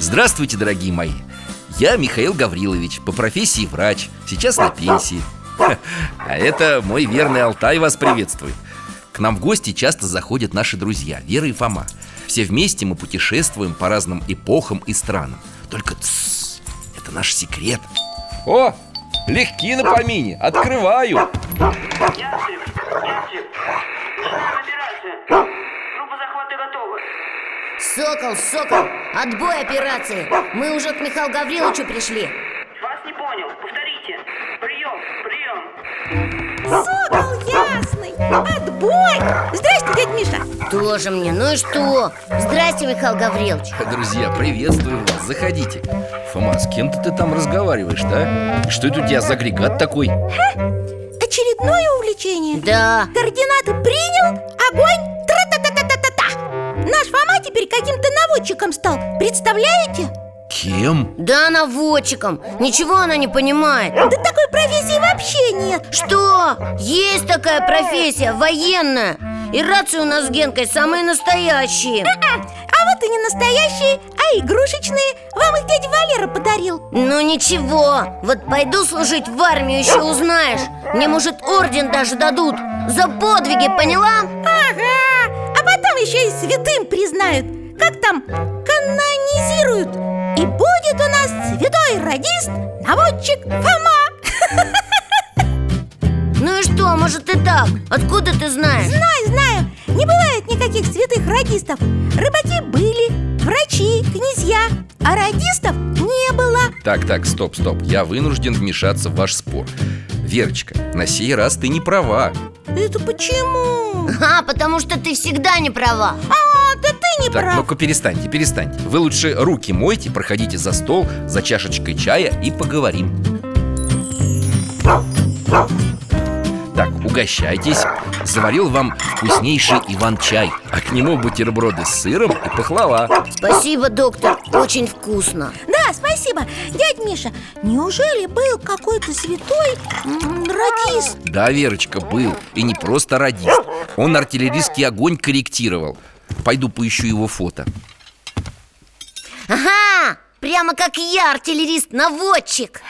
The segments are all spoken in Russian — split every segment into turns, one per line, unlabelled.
Здравствуйте, дорогие мои! Я Михаил Гаврилович, по профессии врач, сейчас на пенсии Ха, А это мой верный Алтай вас приветствует К нам в гости часто заходят наши друзья Вера и Фома Все вместе мы путешествуем по разным эпохам и странам Только тссс, это наш секрет О, легки на помине, открываю
Ястреб, Ястреб, нужно набираться. Группа захвата готова.
Сокол, сокол, отбой операции Мы уже к Михаилу Гавриловичу пришли
Вас не понял. Повторите. Прием, прием.
Сокол ясный, отбой Здрасте, дядь Миша
Тоже мне, ну и что? Здрасте, Михаил Гаврилович
Друзья, приветствую вас, заходите Фома, с кем-то ты там разговариваешь, да? Что это у тебя за агрегат такой?
Очередное увлечение
Да,
Координаты принял, огонь, тра-та-та-та-та-та Наш Фома теперь каким-то наводчиком стал, представляете?
Кем?
да наводчиком Ничего она не понимает
Да такой профессии вообще нет
Что? Есть такая профессия, военная И рации у нас с Генкой самые настоящие
А, а вот и не настоящие, а игрушечные Вам их дядя Валера подарил
Ну ничего, вот пойду служить в армию, еще узнаешь Мне, может, орден даже дадут За подвиги, поняла?
Ага, а потом еще и святым признают Как там, канонизируют И будет у нас святой радист, наводчик Фома
Ну и что, может и так Откуда ты знаешь?
Знаю, знаю, не бывает никаких святых радистов Рыбаки были, врачи, князья А радистов не было
Так, так, стоп, стоп, я вынужден вмешаться в ваш спор Верочка, на сей раз ты не права
Это почему?
А, потому что ты всегда не права
А, да ты не
Так,
прав
ну-ка перестаньте, перестаньте Вы лучше руки мойте, проходите за стол, за чашечкой чая и поговорим Так, угощайтесь Заварил вам вкуснейший Иван-чай А к нему бутерброды с сыром и пахлава
Спасибо, доктор, очень вкусно
Да, спасибо, дядь Миша Неужели был какой-то святой м, радист?
Да, Верочка, был И не просто радист Он артиллерийский огонь корректировал Пойду поищу его фото
Ага, прямо как я, артиллерист-наводчик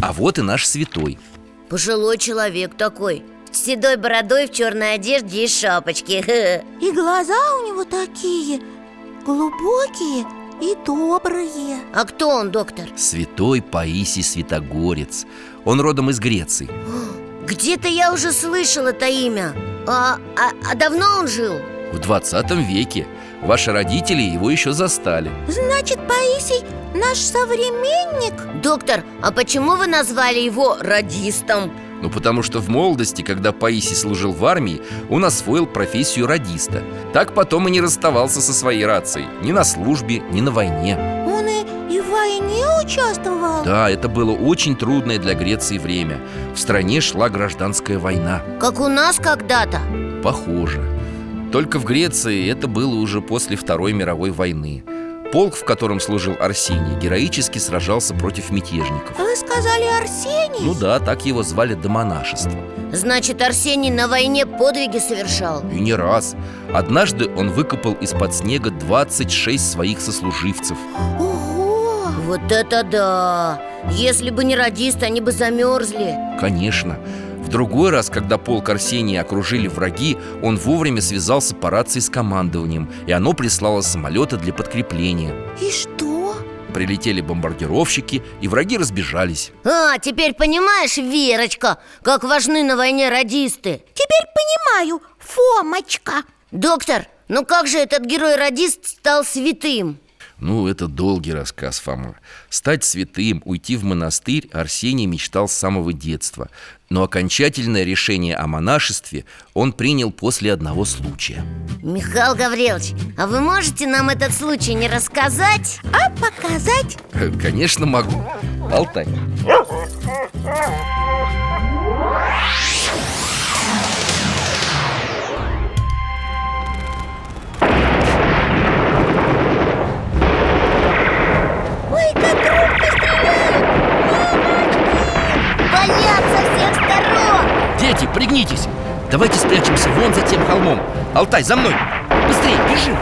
А вот и наш святой
Пожилой человек такой С седой бородой в черной одежде и шапочке
И глаза у него такие глубокие и добрые
А кто он, доктор?
Святой Паисий Святогорец Он родом из Греции
Где-то я уже слышал это имя а, а- а давно он жил?
В 20 веке Ваши родители его еще застали
Значит, Паисий наш современник?
Доктор, а почему вы назвали его радистом?
Ну потому что в молодости, когда Паисий служил в армии Он освоил профессию радиста Так потом и не расставался со своей рацией Ни на службе, ни на войне
Он и, и в войне участвовал?
Да, это было очень трудное для Греции время В стране шла гражданская война
Как у нас когда-то
Похоже. Только в Греции это было уже после Второй мировой войны. Полк, в котором служил Арсений, героически сражался против мятежников.
Вы сказали Арсений?
Ну да, так его звали до монашества.
Значит, Арсений на войне подвиги совершал
И не раз. Однажды он выкопал из-под снега 26 своих сослуживцев.
Ого!
Вот это да! Если бы не радист, они бы замерзли
Конечно, В другой раз, когда полк Арсения окружили враги, он вовремя связался по рации с командованием, и оно прислало самолеты для подкрепления.
И что?
Прилетели бомбардировщики, и враги разбежались.
А, теперь понимаешь, Верочка, как важны на войне радисты
Теперь понимаю, Фомочка
Доктор, ну как же этот герой-радист стал святым?
Ну, это долгий рассказ, Фома. Стать святым, уйти в монастырь Арсений мечтал с самого детства. Но окончательное решение о монашестве он принял после одного случая.
Михаил Гаврилович, а вы можете нам этот случай не рассказать?
А показать?
Конечно, могу. Алтай.
Ой, как громко стреляют
Болят со всех сторон!
Дети, пригнитесь! Давайте спрячемся вон за тем холмом. Алтай, за мной! Быстрее, бежим!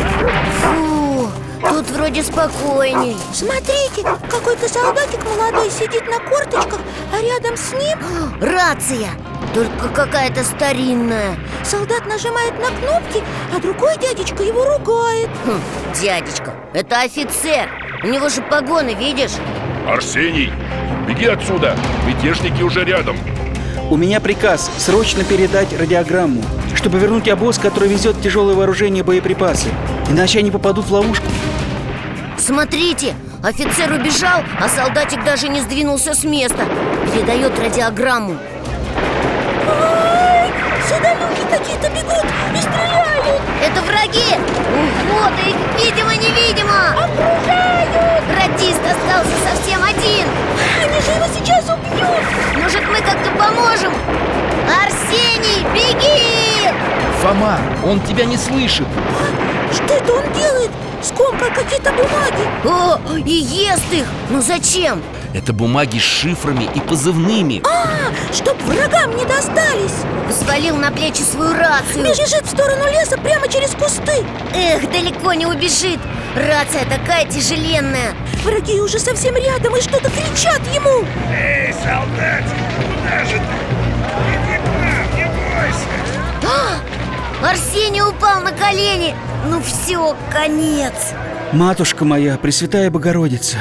Фу, тут вроде спокойней
Смотрите, какой-то солдатик молодой сидит на корточках А рядом с ним
Рация, только какая-то старинная
солдат нажимает на кнопки А другой дядечка его ругает
Хм, Дядечка, это офицер У него же погоны, видишь?
Арсений, беги отсюда, мятежники уже рядом
У меня приказ срочно передать радиограмму, чтобы вернуть обоз, который везет тяжелое вооружение и боеприпасы. Иначе они попадут в ловушку.
Смотрите, офицер убежал, а солдатик даже не сдвинулся с места Передает радиограмму
Ой, сюда люди какие-то бегут и стреляют
Это враги! Вот их, видимо-невидимо!
Окружают
Радист остался совсем один
Они же его сейчас убьют
Может, мы как-то поможем? Арсений, беги!
Фома, он тебя не слышит.
А, Что это он делает? Скомкал какие-то бумаги
О, и ест их! Ну зачем?
Это бумаги с шифрами и позывными.
А, чтоб врагам не достались
Взвалил на плечи свою рацию
Бежит в сторону леса прямо через кусты
Эх, далеко не убежит Рация такая тяжеленная
Враги уже совсем рядом и что-то кричат ему
Эй, солдат, куда же ты? Иди к нам, не бойся
А! Арсений упал на колени Ну все, конец
Матушка моя, Пресвятая Богородица,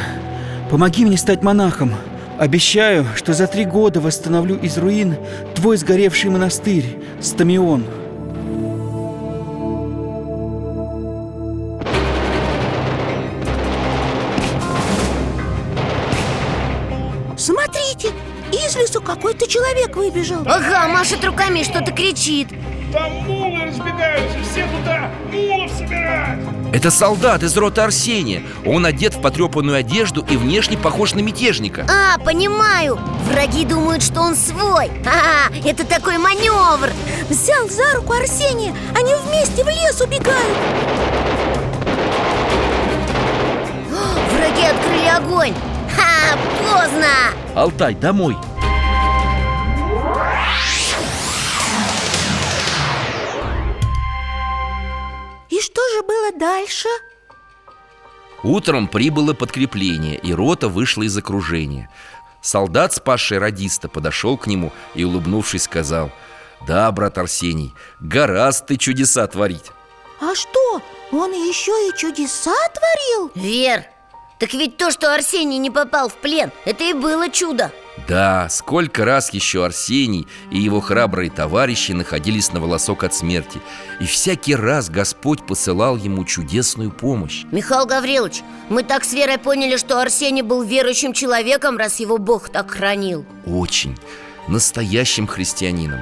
помоги мне стать монахом. Обещаю, что за три года восстановлю из руин твой сгоревший монастырь, Стамион.
Смотрите, из лесу какой-то человек выбежал
Ага, машет руками и что-то кричит
Там мулы разбегаются, все туда, мулов собирать
Это солдат из роты Арсения. Он одет в потрепанную одежду и внешне похож на мятежника.
А, понимаю Враги думают, что он свой Ага, это такой маневр
Взял за руку Арсения Они вместе в лес убегают
А, Враги открыли огонь Ха, поздно
Алтай, домой.
И что же было дальше?
Утром прибыло подкрепление, и рота вышла из окружения. Солдат, спасший радиста, подошел к нему и, улыбнувшись, сказал «Да, брат Арсений, гораздо ты чудеса творить».
А что, он еще и чудеса творил?
Вер, так ведь то, что Арсений не попал в плен, это и было чудо
Да, сколько раз еще Арсений и его храбрые товарищи находились на волосок от смерти И всякий раз Господь посылал ему чудесную помощь
Михаил Гаврилович, мы так с Верой поняли, что Арсений был верующим человеком, раз его Бог так хранил
Очень, настоящим христианином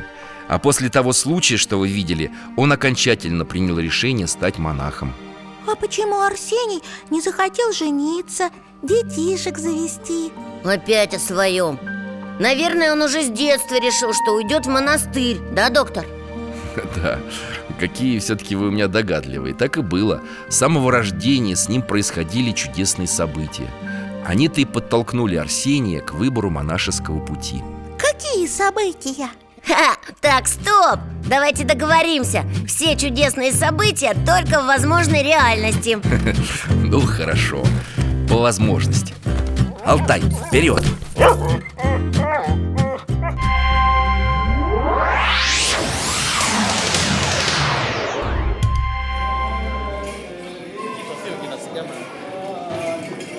А после того случая, что вы видели, он окончательно принял решение стать монахом
А почему Арсений не захотел жениться, детишек завести?
Опять о своем Наверное, он уже с детства решил, что уйдет в монастырь, да, доктор?
Да, какие все-таки вы у меня догадливые Так и было С самого рождения с ним происходили чудесные события Они-то и подтолкнули Арсения к выбору монашеского пути
Какие события?
Ха, так, стоп! Давайте договоримся Все чудесные события только в возможной реальности
Ну хорошо, по возможности Алтай, вперед!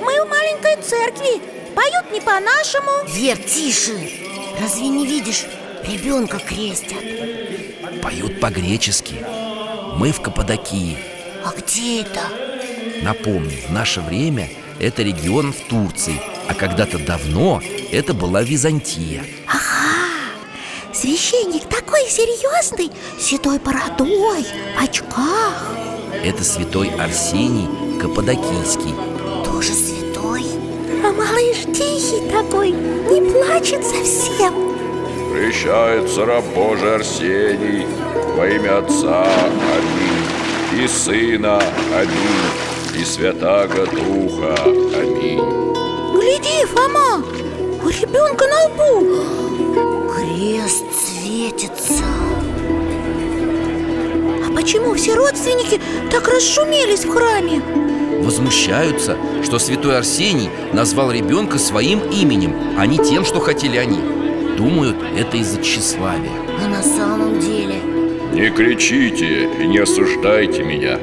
Мы в маленькой церкви Поют не по-нашему
Вер, тише Разве не видишь? Ребенка крестят
Поют по-гречески. Мы в Каппадокии.
А где это?
Напомню, в наше время это регион в Турции, а когда-то давно это была Византия.
Священник такой серьезный Седой бородой, в очках
Это святой Арсений Каппадокийский.
Тоже святой?
А малыш тихий такой Не плачет совсем
Прощается раб Божий Арсений Во имя Отца, аминь И Сына, аминь И Святаго Духа, аминь
Гляди, Фома, у ребенка на лбу
Крест светится
А почему все родственники так расшумелись в храме?
Возмущаются, что святой Арсений назвал ребенка своим именем, а не тем, что хотели они. Думают, это из-за тщеславия.
А на самом деле
Не кричите и не осуждайте меня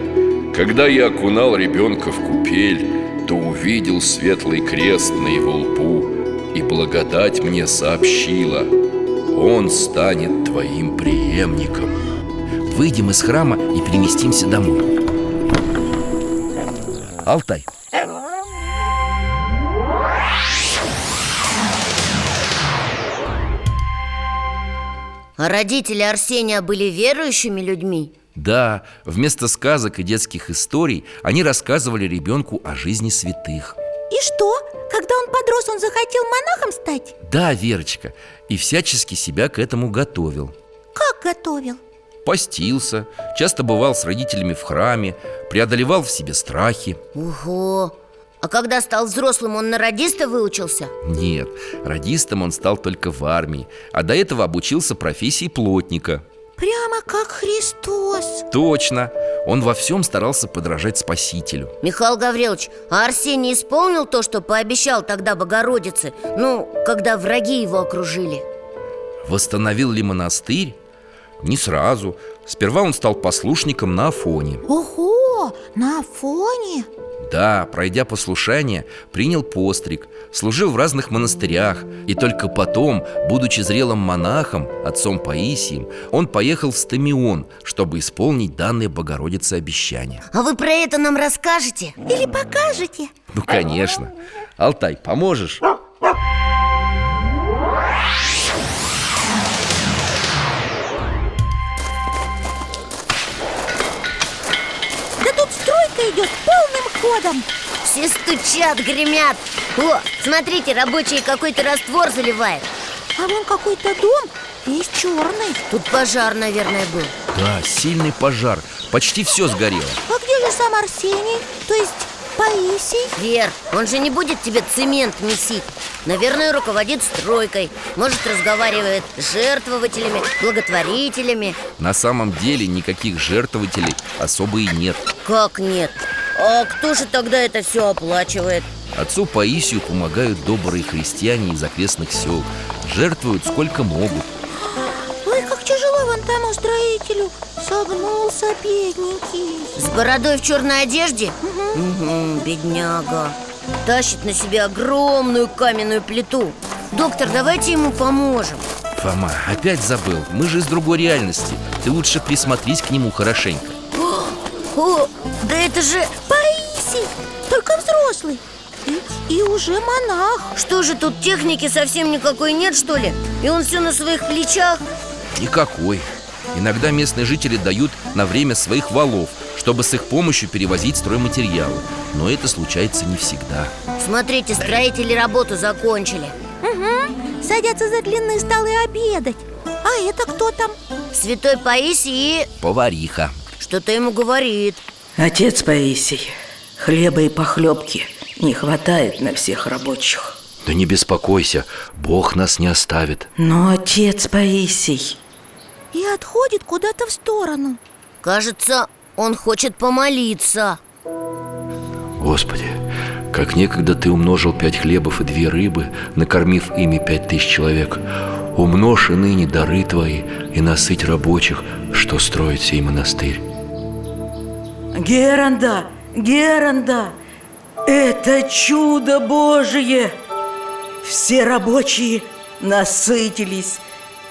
Когда я окунал ребенка в купель То увидел светлый крест на его лбу И благодать мне сообщила Он станет твоим преемником
Выйдем из храма и переместимся домой. Алтай,
А родители Арсения были верующими людьми?
Да, вместо сказок и детских историй они рассказывали ребенку о жизни святых.
И что? Когда он подрос, он захотел монахом стать?
Да, Верочка, и всячески себя к этому готовил.
Как готовил?
Постился, часто бывал с родителями в храме, преодолевал в себе страхи.
Ого! А когда стал взрослым, он на радиста выучился?
Нет, радистом он стал только в армии, а до этого обучился профессии плотника.
Прямо как Христос
Точно, он во всем старался подражать Спасителю.
Михаил Гаврилович, а Арсений исполнил то, что пообещал тогда Богородице? Ну, когда враги его окружили
Восстановил ли монастырь? Не сразу. Сперва он стал послушником на Афоне.
Ого, на фоне
Да, пройдя послушание, принял постриг, служил в разных монастырях И только потом, будучи зрелым монахом, отцом Паисием Он поехал в Стамион, чтобы исполнить данное Богородице обещание
А вы про это нам расскажете?
Или покажете?
Ну, конечно Алтай, поможешь?
Да тут стройка идет полным ходом
Все стучат, гремят О, смотрите, рабочие какой-то раствор заливают
А вон какой-то дом весь черный
Тут пожар, наверное, был
Да, сильный пожар, почти все сгорело
А где же сам Арсений? То есть Паисий?
Вер, он же не будет тебе цемент месить Наверное, руководит стройкой Может, разговаривает с жертвователями, благотворителями
На самом деле никаких жертвователей особо и нет
Как нет? А кто же тогда это все оплачивает?
Отцу Паисию помогают добрые христиане из окрестных сел Жертвуют сколько могут
Ой, как тяжело вон тому строителю Согнулся бедненький
С бородой в черной одежде? Мгм, бедняга Тащит на себе огромную каменную плиту Доктор, давайте ему поможем
Фома, опять забыл, мы же из другой реальности Ты лучше присмотрись к нему хорошенько
О, да это же...
Паисий, только взрослый И, и уже монах
Что же тут техники совсем никакой нет, что ли? И он все на своих плечах
Никакой Иногда местные жители дают на время своих валов Чтобы с их помощью перевозить стройматериалы Но это случается не всегда
Смотрите, строители работу закончили
Угу, садятся за длинные столы обедать А это кто там?
Святой Паисий
Повариха
что-то ему говорит
Отец Паисий, хлеба и похлебки не хватает на всех рабочих.
Да не беспокойся, Бог нас не оставит
Но отец Паисий,
И отходит куда-то в сторону
Кажется, он хочет помолиться
Господи,
Как некогда ты умножил пять хлебов и две рыбы, накормив ими пять тысяч человек, умножь и ныне дары твои и насыть рабочих, что строит сей монастырь.
Геранда, Геранда, это чудо Божие! Все рабочие насытились.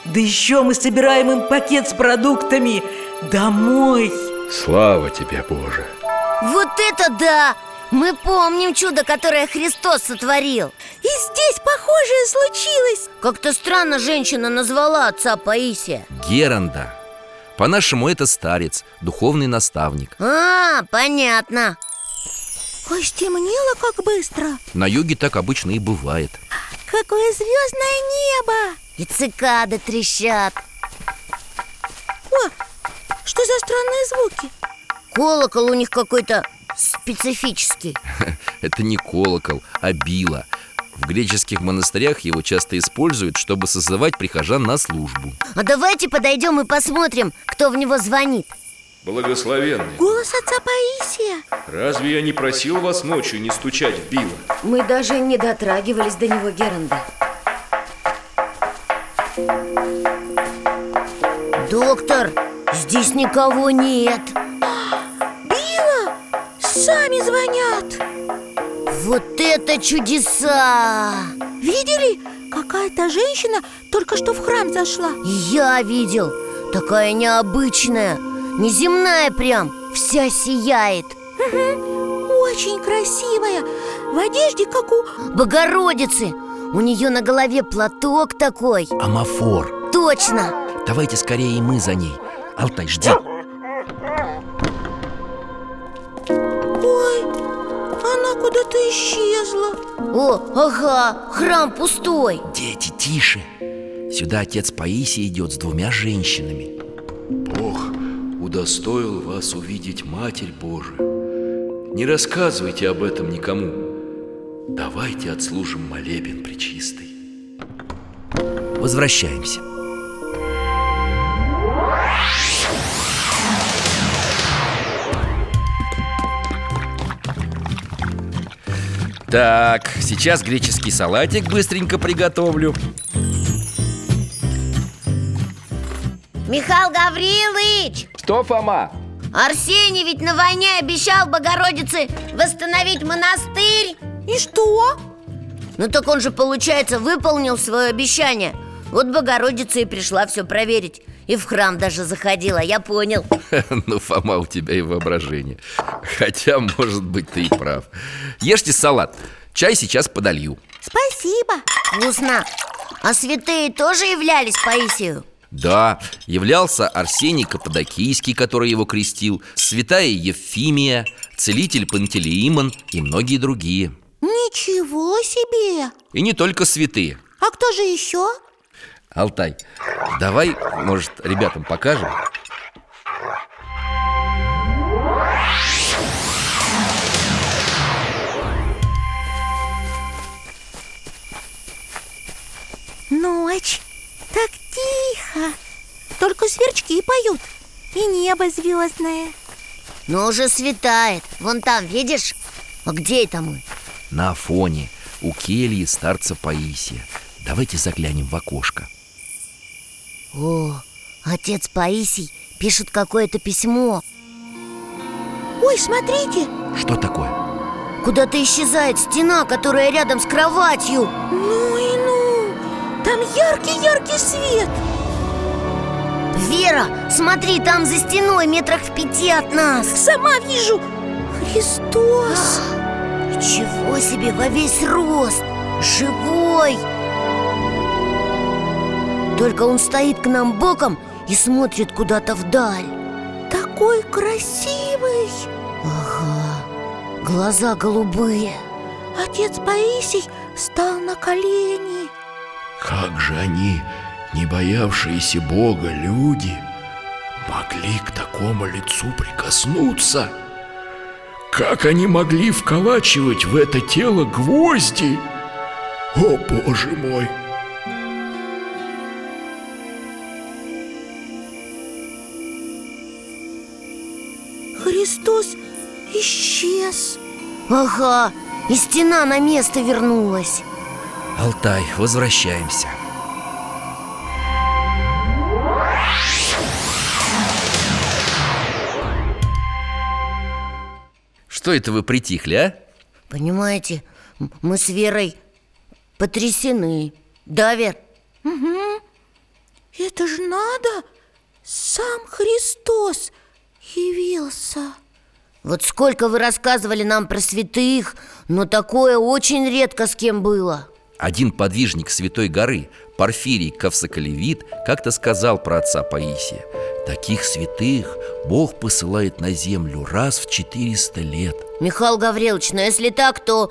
Да еще мы собираем им пакет с продуктами домой.
Слава тебе, Боже!
Вот это да! Мы помним чудо, которое Христос сотворил
И здесь похожее случилось
Как-то странно женщина назвала отца Паисия
Геранда. По-нашему это старец, духовный наставник.
А, понятно
Ой, стемнело как быстро
На юге так обычно и бывает.
Какое звездное небо
И цикады трещат
О, что за странные звуки?
Колокол у них какой-то специфический
Это не колокол, а била. В греческих монастырях его часто используют, чтобы созывать прихожан на службу.
А давайте подойдем и посмотрим, кто в него звонит
Благословенный,
Голос отца Паисия
разве я не просил вас ночью не стучать в било?
Мы даже не дотрагивались до него, Геранда.
Доктор, здесь никого нет
Била, сами звонят
Вот это чудеса!
Видели? Какая-то женщина только что в храм зашла
И Я видел, такая необычная, неземная прям, вся сияет
Очень красивая В одежде, как у...
Богородицы! У нее на голове платок такой
Амафор.
Точно!
Давайте скорее и мы за ней. Алтай, жди.
Ой, она куда-то исчезла
О, ага, храм пустой
Дети, тише. Сюда отец Паисий идет с двумя женщинами.
Бог удостоил вас увидеть Матерь Божию. Не рассказывайте об этом никому. Давайте отслужим молебен причистый.
Возвращаемся. Так, сейчас греческий салатик быстренько приготовлю.
Михаил Гаврилович!
Что, Фома?
Арсений ведь на войне обещал Богородице восстановить монастырь
И что?
Ну так он же, получается, выполнил свое обещание Вот Богородица и пришла все проверить И в храм даже заходила, я понял
Ну, Фома, у тебя и воображение Хотя, может быть, ты и прав Ешьте салат Чай сейчас подолью
Спасибо
Вкусно А святые тоже являлись Паисию?
Да, являлся Арсений Каппадокийский, который его крестил Святая Евфимия, целитель Пантелеимон и многие другие
Ничего себе!
И не только святые
А кто же еще?
Алтай, давай, может, ребятам покажем?
Ночь Так тихо Только сверчки поют И небо звездное
Ну уже светает, вон там, видишь? А где это мы?
На фоне у кельи старца Паисия Давайте заглянем в окошко
О, отец Паисий пишет какое-то письмо
Ой, смотрите
Что такое?
Куда-то исчезает стена, которая рядом с кроватью
Ну и ну Там яркий-яркий свет
Вера, смотри, там за стеной метрах в пяти от нас
Сама вижу Христос
Чего себе, во весь рост, живой Только он стоит к нам боком и смотрит куда-то вдаль
Такой красивый
Ага, глаза голубые
Отец Паисий стал на колени
Как же они, не боявшиеся Бога люди, могли к такому лицу прикоснуться? Как они могли вколачивать в это тело гвозди? О, Боже мой!
Христос исчез
Ага, И стена на место вернулась
Алтай, возвращаемся Что это вы притихли, а?
Понимаете, м- мы с Верой потрясены Да, Вер?
Мгм. Это же надо! Сам Христос явился.
Вот сколько вы рассказывали нам про святых Но такое очень редко с кем было
Один подвижник Святой горы, Порфирий Кавсоколевит, как-то сказал про отца Паисия Таких святых Бог посылает на землю раз в 400 лет
Михаил Гаврилович, но если так, то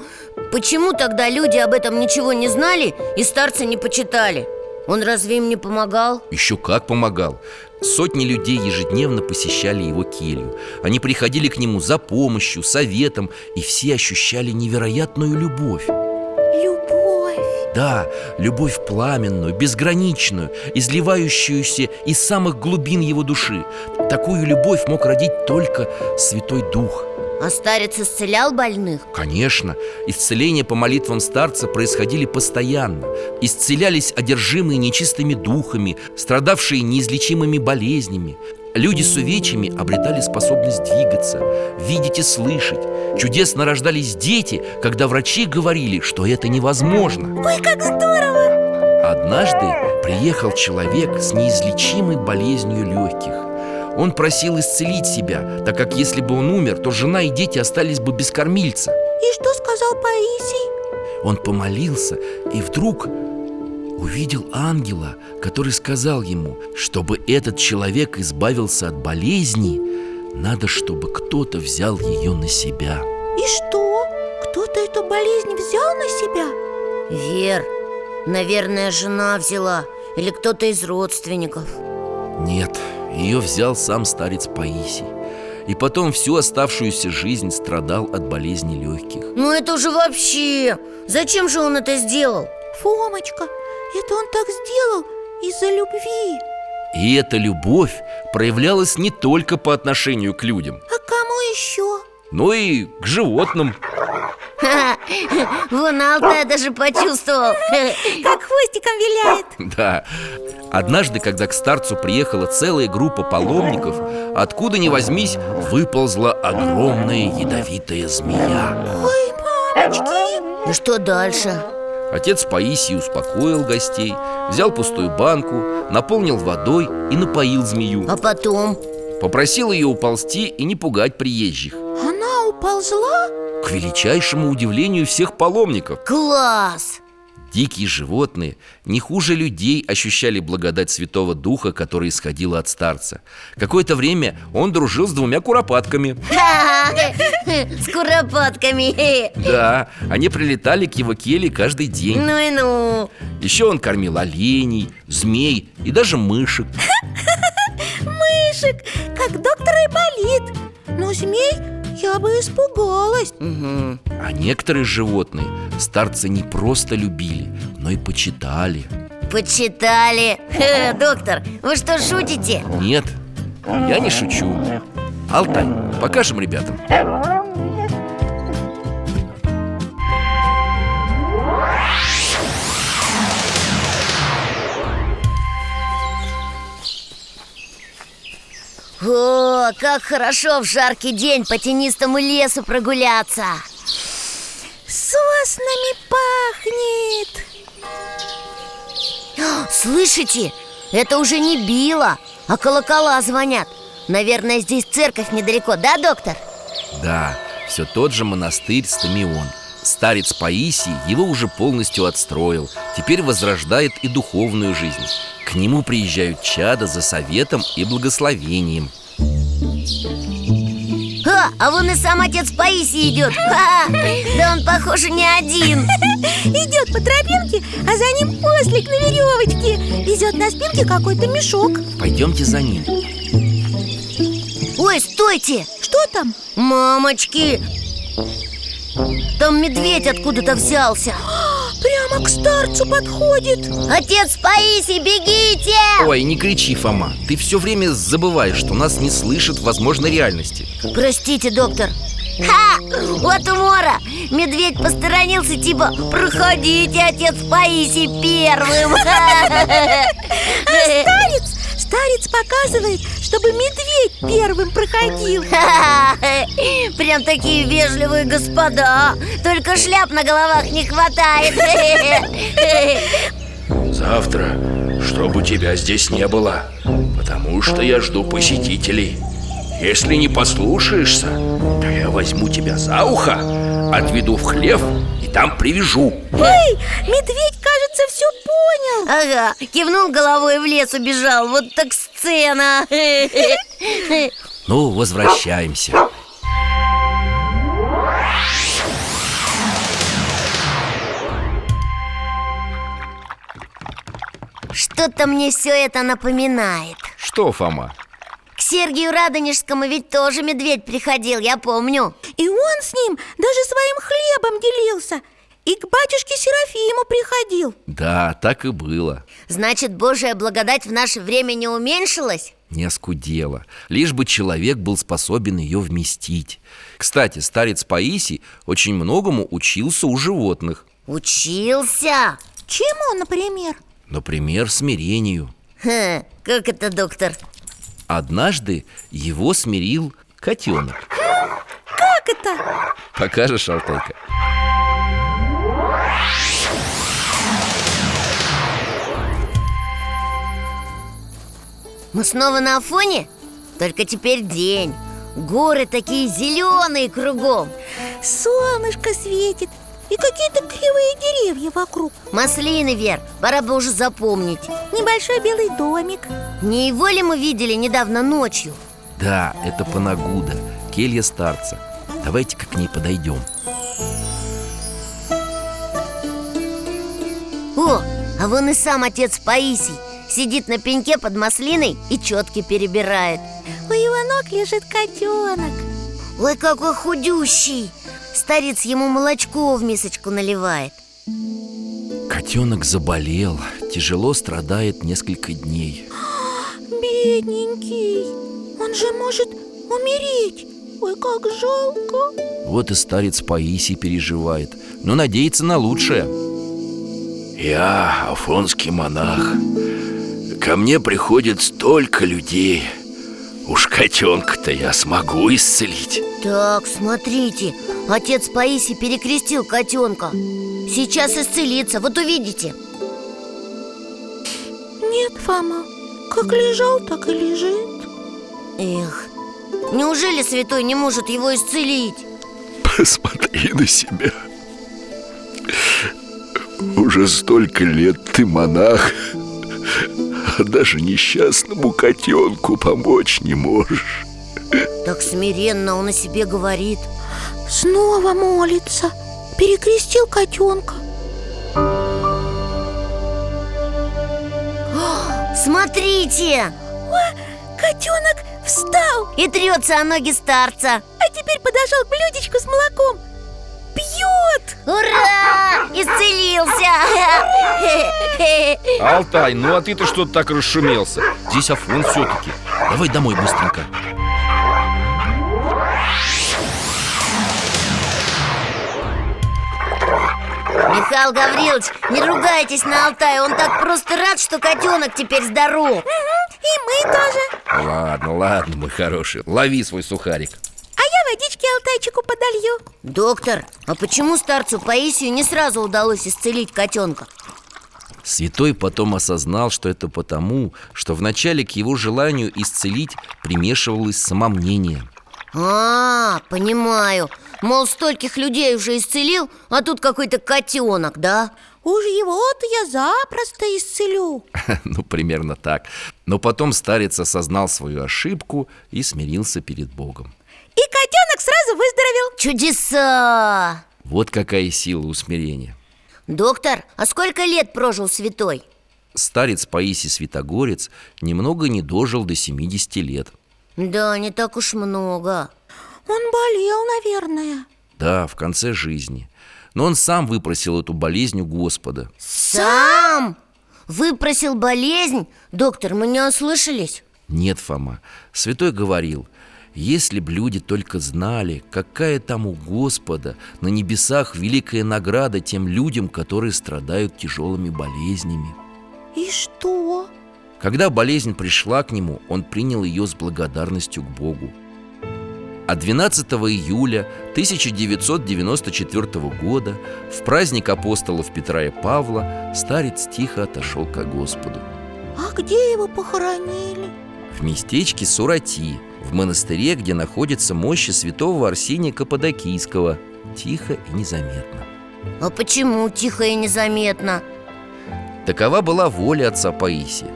почему тогда люди об этом ничего не знали и старца не почитали? Он разве им не помогал?
Еще как помогал Сотни людей ежедневно посещали его келью Они приходили к нему за помощью, советом И все ощущали невероятную любовь
Любовь.
Да, любовь пламенную, безграничную, изливающуюся из самых глубин его души. Такую любовь мог родить только Святой Дух.
А старец исцелял больных?
Конечно, исцеления по молитвам старца происходили постоянно. Исцелялись одержимые нечистыми духами, страдавшие неизлечимыми болезнями. Люди с увечьями обретали способность двигаться, видеть и слышать. Чудесно рождались дети, когда врачи говорили, что это невозможно.
Ой, как здорово!
Однажды приехал человек с неизлечимой болезнью легких. Он просил исцелить себя, так как если бы он умер, то жена и дети остались бы без кормильца.
И что сказал Паисий?
Он помолился и вдруг увидел ангела, который сказал ему, чтобы этот человек избавился от болезни, надо, чтобы кто-то взял ее на себя.
И что? Кто-то эту болезнь взял на себя?
Вер, наверное, жена взяла или кто-то из родственников
Нет, ее взял сам старец Паисий. И потом всю оставшуюся жизнь страдал от болезни легких.
Ну это уже вообще! Зачем же он это сделал?
Фомочка, это он так сделал из-за любви.
И эта любовь проявлялась не только по отношению к людям,
А кому еще?
но и к животным.
Ха-ха. Вон Алтай даже почувствовал
Как хвостиком виляет.
Да. Однажды, когда к старцу приехала целая группа паломников, откуда ни возьмись, выползла огромная ядовитая змея.
Ой, мамочки!
И что дальше?
Отец Паисий успокоил гостей, взял пустую банку, наполнил водой и напоил змею.
А потом?
Попросил ее уползти и не пугать приезжих.
Она уползла?
К величайшему удивлению всех паломников.
Класс!
Дикие животные не хуже людей ощущали благодать Святого Духа, которая исходила от старца. Какое-то время он дружил с двумя куропатками.
Ха-ха. С куропатками
Да, они прилетали к его келье каждый день.
Ну и ну
Еще он кормил оленей, змей и даже мышек.
Мышек, как доктор и болит Но змей я бы испугалась
Мгм.
А некоторые животные старца не просто любили, но и почитали.
Почитали Ха, Доктор, вы что, шутите?
Нет, я не шучу. Алтай, покажем ребятам.
О, как хорошо в жаркий день по тенистому лесу прогуляться
Соснами пахнет
Слышите? Это уже не било, а колокола звонят Наверное, здесь церковь недалеко, да, доктор?
Да, все тот же монастырь Стамион. Старец Паисий его уже полностью отстроил. Теперь возрождает и духовную жизнь. К нему приезжают чада за советом и благословением.
А, а вон и сам отец Паисий идет Ха, Да он, похоже, не один
Идет по тропинке, а за ним ослик на веревочке Везет на спинке какой-то мешок
Пойдемте за ним.
Ой, стойте!
Что там?
Мамочки! Там медведь откуда-то взялся
Прямо к старцу подходит
Отец Паисий, бегите!
Ой, не кричи, Фома. Ты все время забываешь, что нас не слышат, возможно, реальности.
Простите, доктор, Ха! Вот умора! Медведь посторонился, типа «Проходите, отец Паисий, первым!»
А Старец, старец показывает, чтобы медведь первым проходил
Прям такие вежливые господа Только шляп на головах не хватает
Завтра, чтобы тебя здесь не было Потому что я жду посетителей Если не послушаешься, то я возьму тебя за ухо Отведу в хлев и там привяжу
Эй, медведь, кажется, все понял
Ага, кивнул головой и в лес убежал Вот так сцена
Ну, возвращаемся
Что-то мне все это напоминает
Что, Фома?
К Сергию Радонежскому ведь тоже медведь приходил, я помню
И он с ним даже своим хлебом делился И к батюшке Серафиму приходил
Да, так и было
Значит, Божья благодать в наше время не уменьшилась?
Не оскудела Лишь бы человек был способен ее вместить Кстати, старец Паисий очень многому учился у животных
Учился?
Чему, например?
Например, смирению
Хм, как это, доктор?
Однажды его смирил котенок
Как это?
Покажешь, Алтайка?
Мы снова на Афоне? Только теперь день Горы такие зеленые кругом
Солнышко светит И какие-то кривые деревья вокруг
Маслины, Вер, пора бы уже запомнить
Небольшой белый домик
Не его ли мы видели недавно ночью?
Да, это Панагуда, келья старца Давайте-ка к ней подойдем
О, а вон и сам отец Паисий Сидит на пеньке под маслиной и четки перебирает
У его ног лежит котенок
Ой, какой худющий Старец ему молочко в мисочку наливает
Котенок заболел, тяжело страдает несколько дней
Бедненький Он же может умереть Ой, как жалко
Вот и старец Паисий переживает Но надеется на лучшее
Я афонский монах Ко мне приходит столько людей Уж котенка-то я смогу исцелить
Так, смотрите, отец Паисий перекрестил котенка Сейчас исцелится, вот увидите
Нет, Фома, как лежал, так и лежит
Эх, неужели святой не может его исцелить?
Посмотри на себя Уже столько лет ты монах А даже несчастному котенку помочь не можешь
Так смиренно он о себе говорит
Снова молится Перекрестил котенка
Смотрите,
Котенок встал
и трется о ноги старца
А теперь подошел к блюдечку с молоком Пьет
Ура! Исцелился!
Алтай, ну а ты-то что так расшумелся?
Здесь Афон все-таки Давай домой быстренько
Михаил Гаврилович, не ругайтесь на Алтае Он так просто рад, что котенок теперь здоров
И мы тоже
Ладно, ладно, мой хороший Лови свой сухарик
А я водички Алтайчику подолью
Доктор, а почему старцу Паисию не сразу удалось исцелить котенка?
Святой потом осознал, что это потому, что вначале к его желанию исцелить примешивалось самомнение.
А, понимаю Мол, стольких людей уже исцелил, а тут какой-то котенок, да?
Уж его-то я запросто исцелю
ну, примерно так. Но потом старец осознал свою ошибку и смирился перед Богом.
И котенок сразу выздоровел
Чудеса!
Вот какая сила у смирения.
Доктор, а сколько лет прожил святой?
Старец Паисий Святогорец немного не дожил до 70 лет.
Да, не так уж много
Он болел, наверное
Да, в конце жизни. Но он сам выпросил эту болезнь у Господа.
Сам? Выпросил болезнь? Доктор, мы не ослышались?
Нет, Фома, святой говорил Если б люди только знали, какая там у Господа на небесах великая награда тем людям, которые страдают тяжелыми болезнями.
И что?
Когда болезнь пришла к нему, он принял ее с благодарностью к Богу. А 12 июля 1994 года, в праздник апостолов Петра и Павла, старец тихо отошел ко Господу.
А где его похоронили?
В местечке Сурати, в монастыре, где находятся мощи святого Арсения Каппадокийского, тихо и незаметно.
А почему тихо и незаметно?
Такова была воля отца Паисия.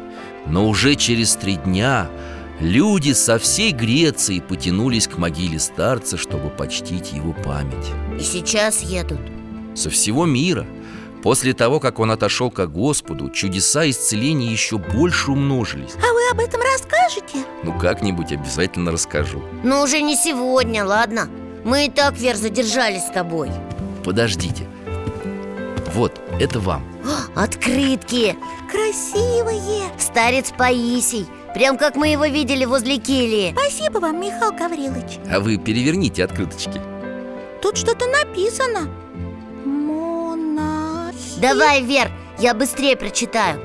Но уже через три дня люди со всей Греции потянулись к могиле старца, чтобы почтить его память.
И сейчас едут
Со всего мира После того, как он отошел ко Господу, чудеса исцеления еще больше умножились.
А вы об этом расскажете?
Ну, как-нибудь обязательно расскажу.
Но уже не сегодня, ладно? Мы и так, Вер, задержались с тобой
Подождите. Вот, это вам.
О, А, Открытки
Красивые!
Старец Паисий Прям как мы его видели возле Килии
Спасибо вам, Михаил Гаврилович
А вы переверните открыточки.
Тут что-то написано Монахи
Давай, Вер, я быстрее прочитаю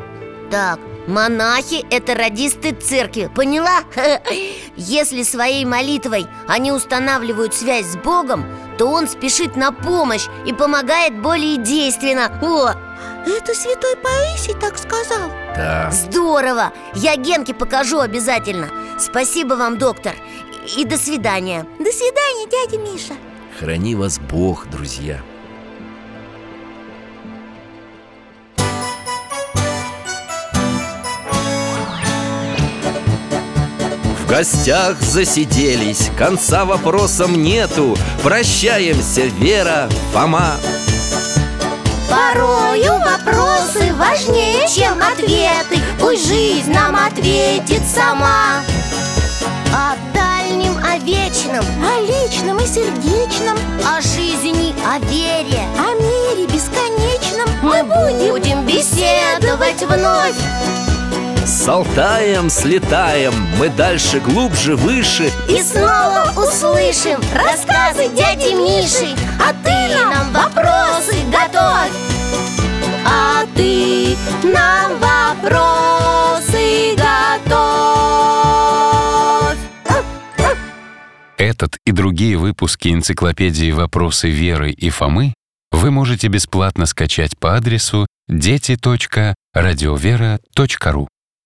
Так, монахи – это радисты церкви, поняла? Если своей молитвой они устанавливают связь с Богом То он спешит на помощь и помогает более действенно О,
Это святой Паисий так сказал
Да.
здорово! Я Генке покажу обязательно Спасибо вам, доктор И до свидания
До свидания, дядя Миша
Храни вас Бог, друзья. В гостях засиделись, конца вопросам нету. Прощаемся, Вера, Фома.
Порою вопросы важнее, чем ответы Пусть жизнь нам ответит сама
О дальнем, о вечном,
О личном и сердечном
о жизни, о вере
О мире бесконечном Мы
будем беседовать вновь
С Алтаем слетаем, мы дальше, глубже, выше.
И снова услышим рассказы дяди Миши А ты нам вопросы готовь
А ты нам вопросы готовь
Этот и другие выпуски энциклопедии «Вопросы Веры и Фомы» вы можете бесплатно скачать по адресу дети.радиовера.ру.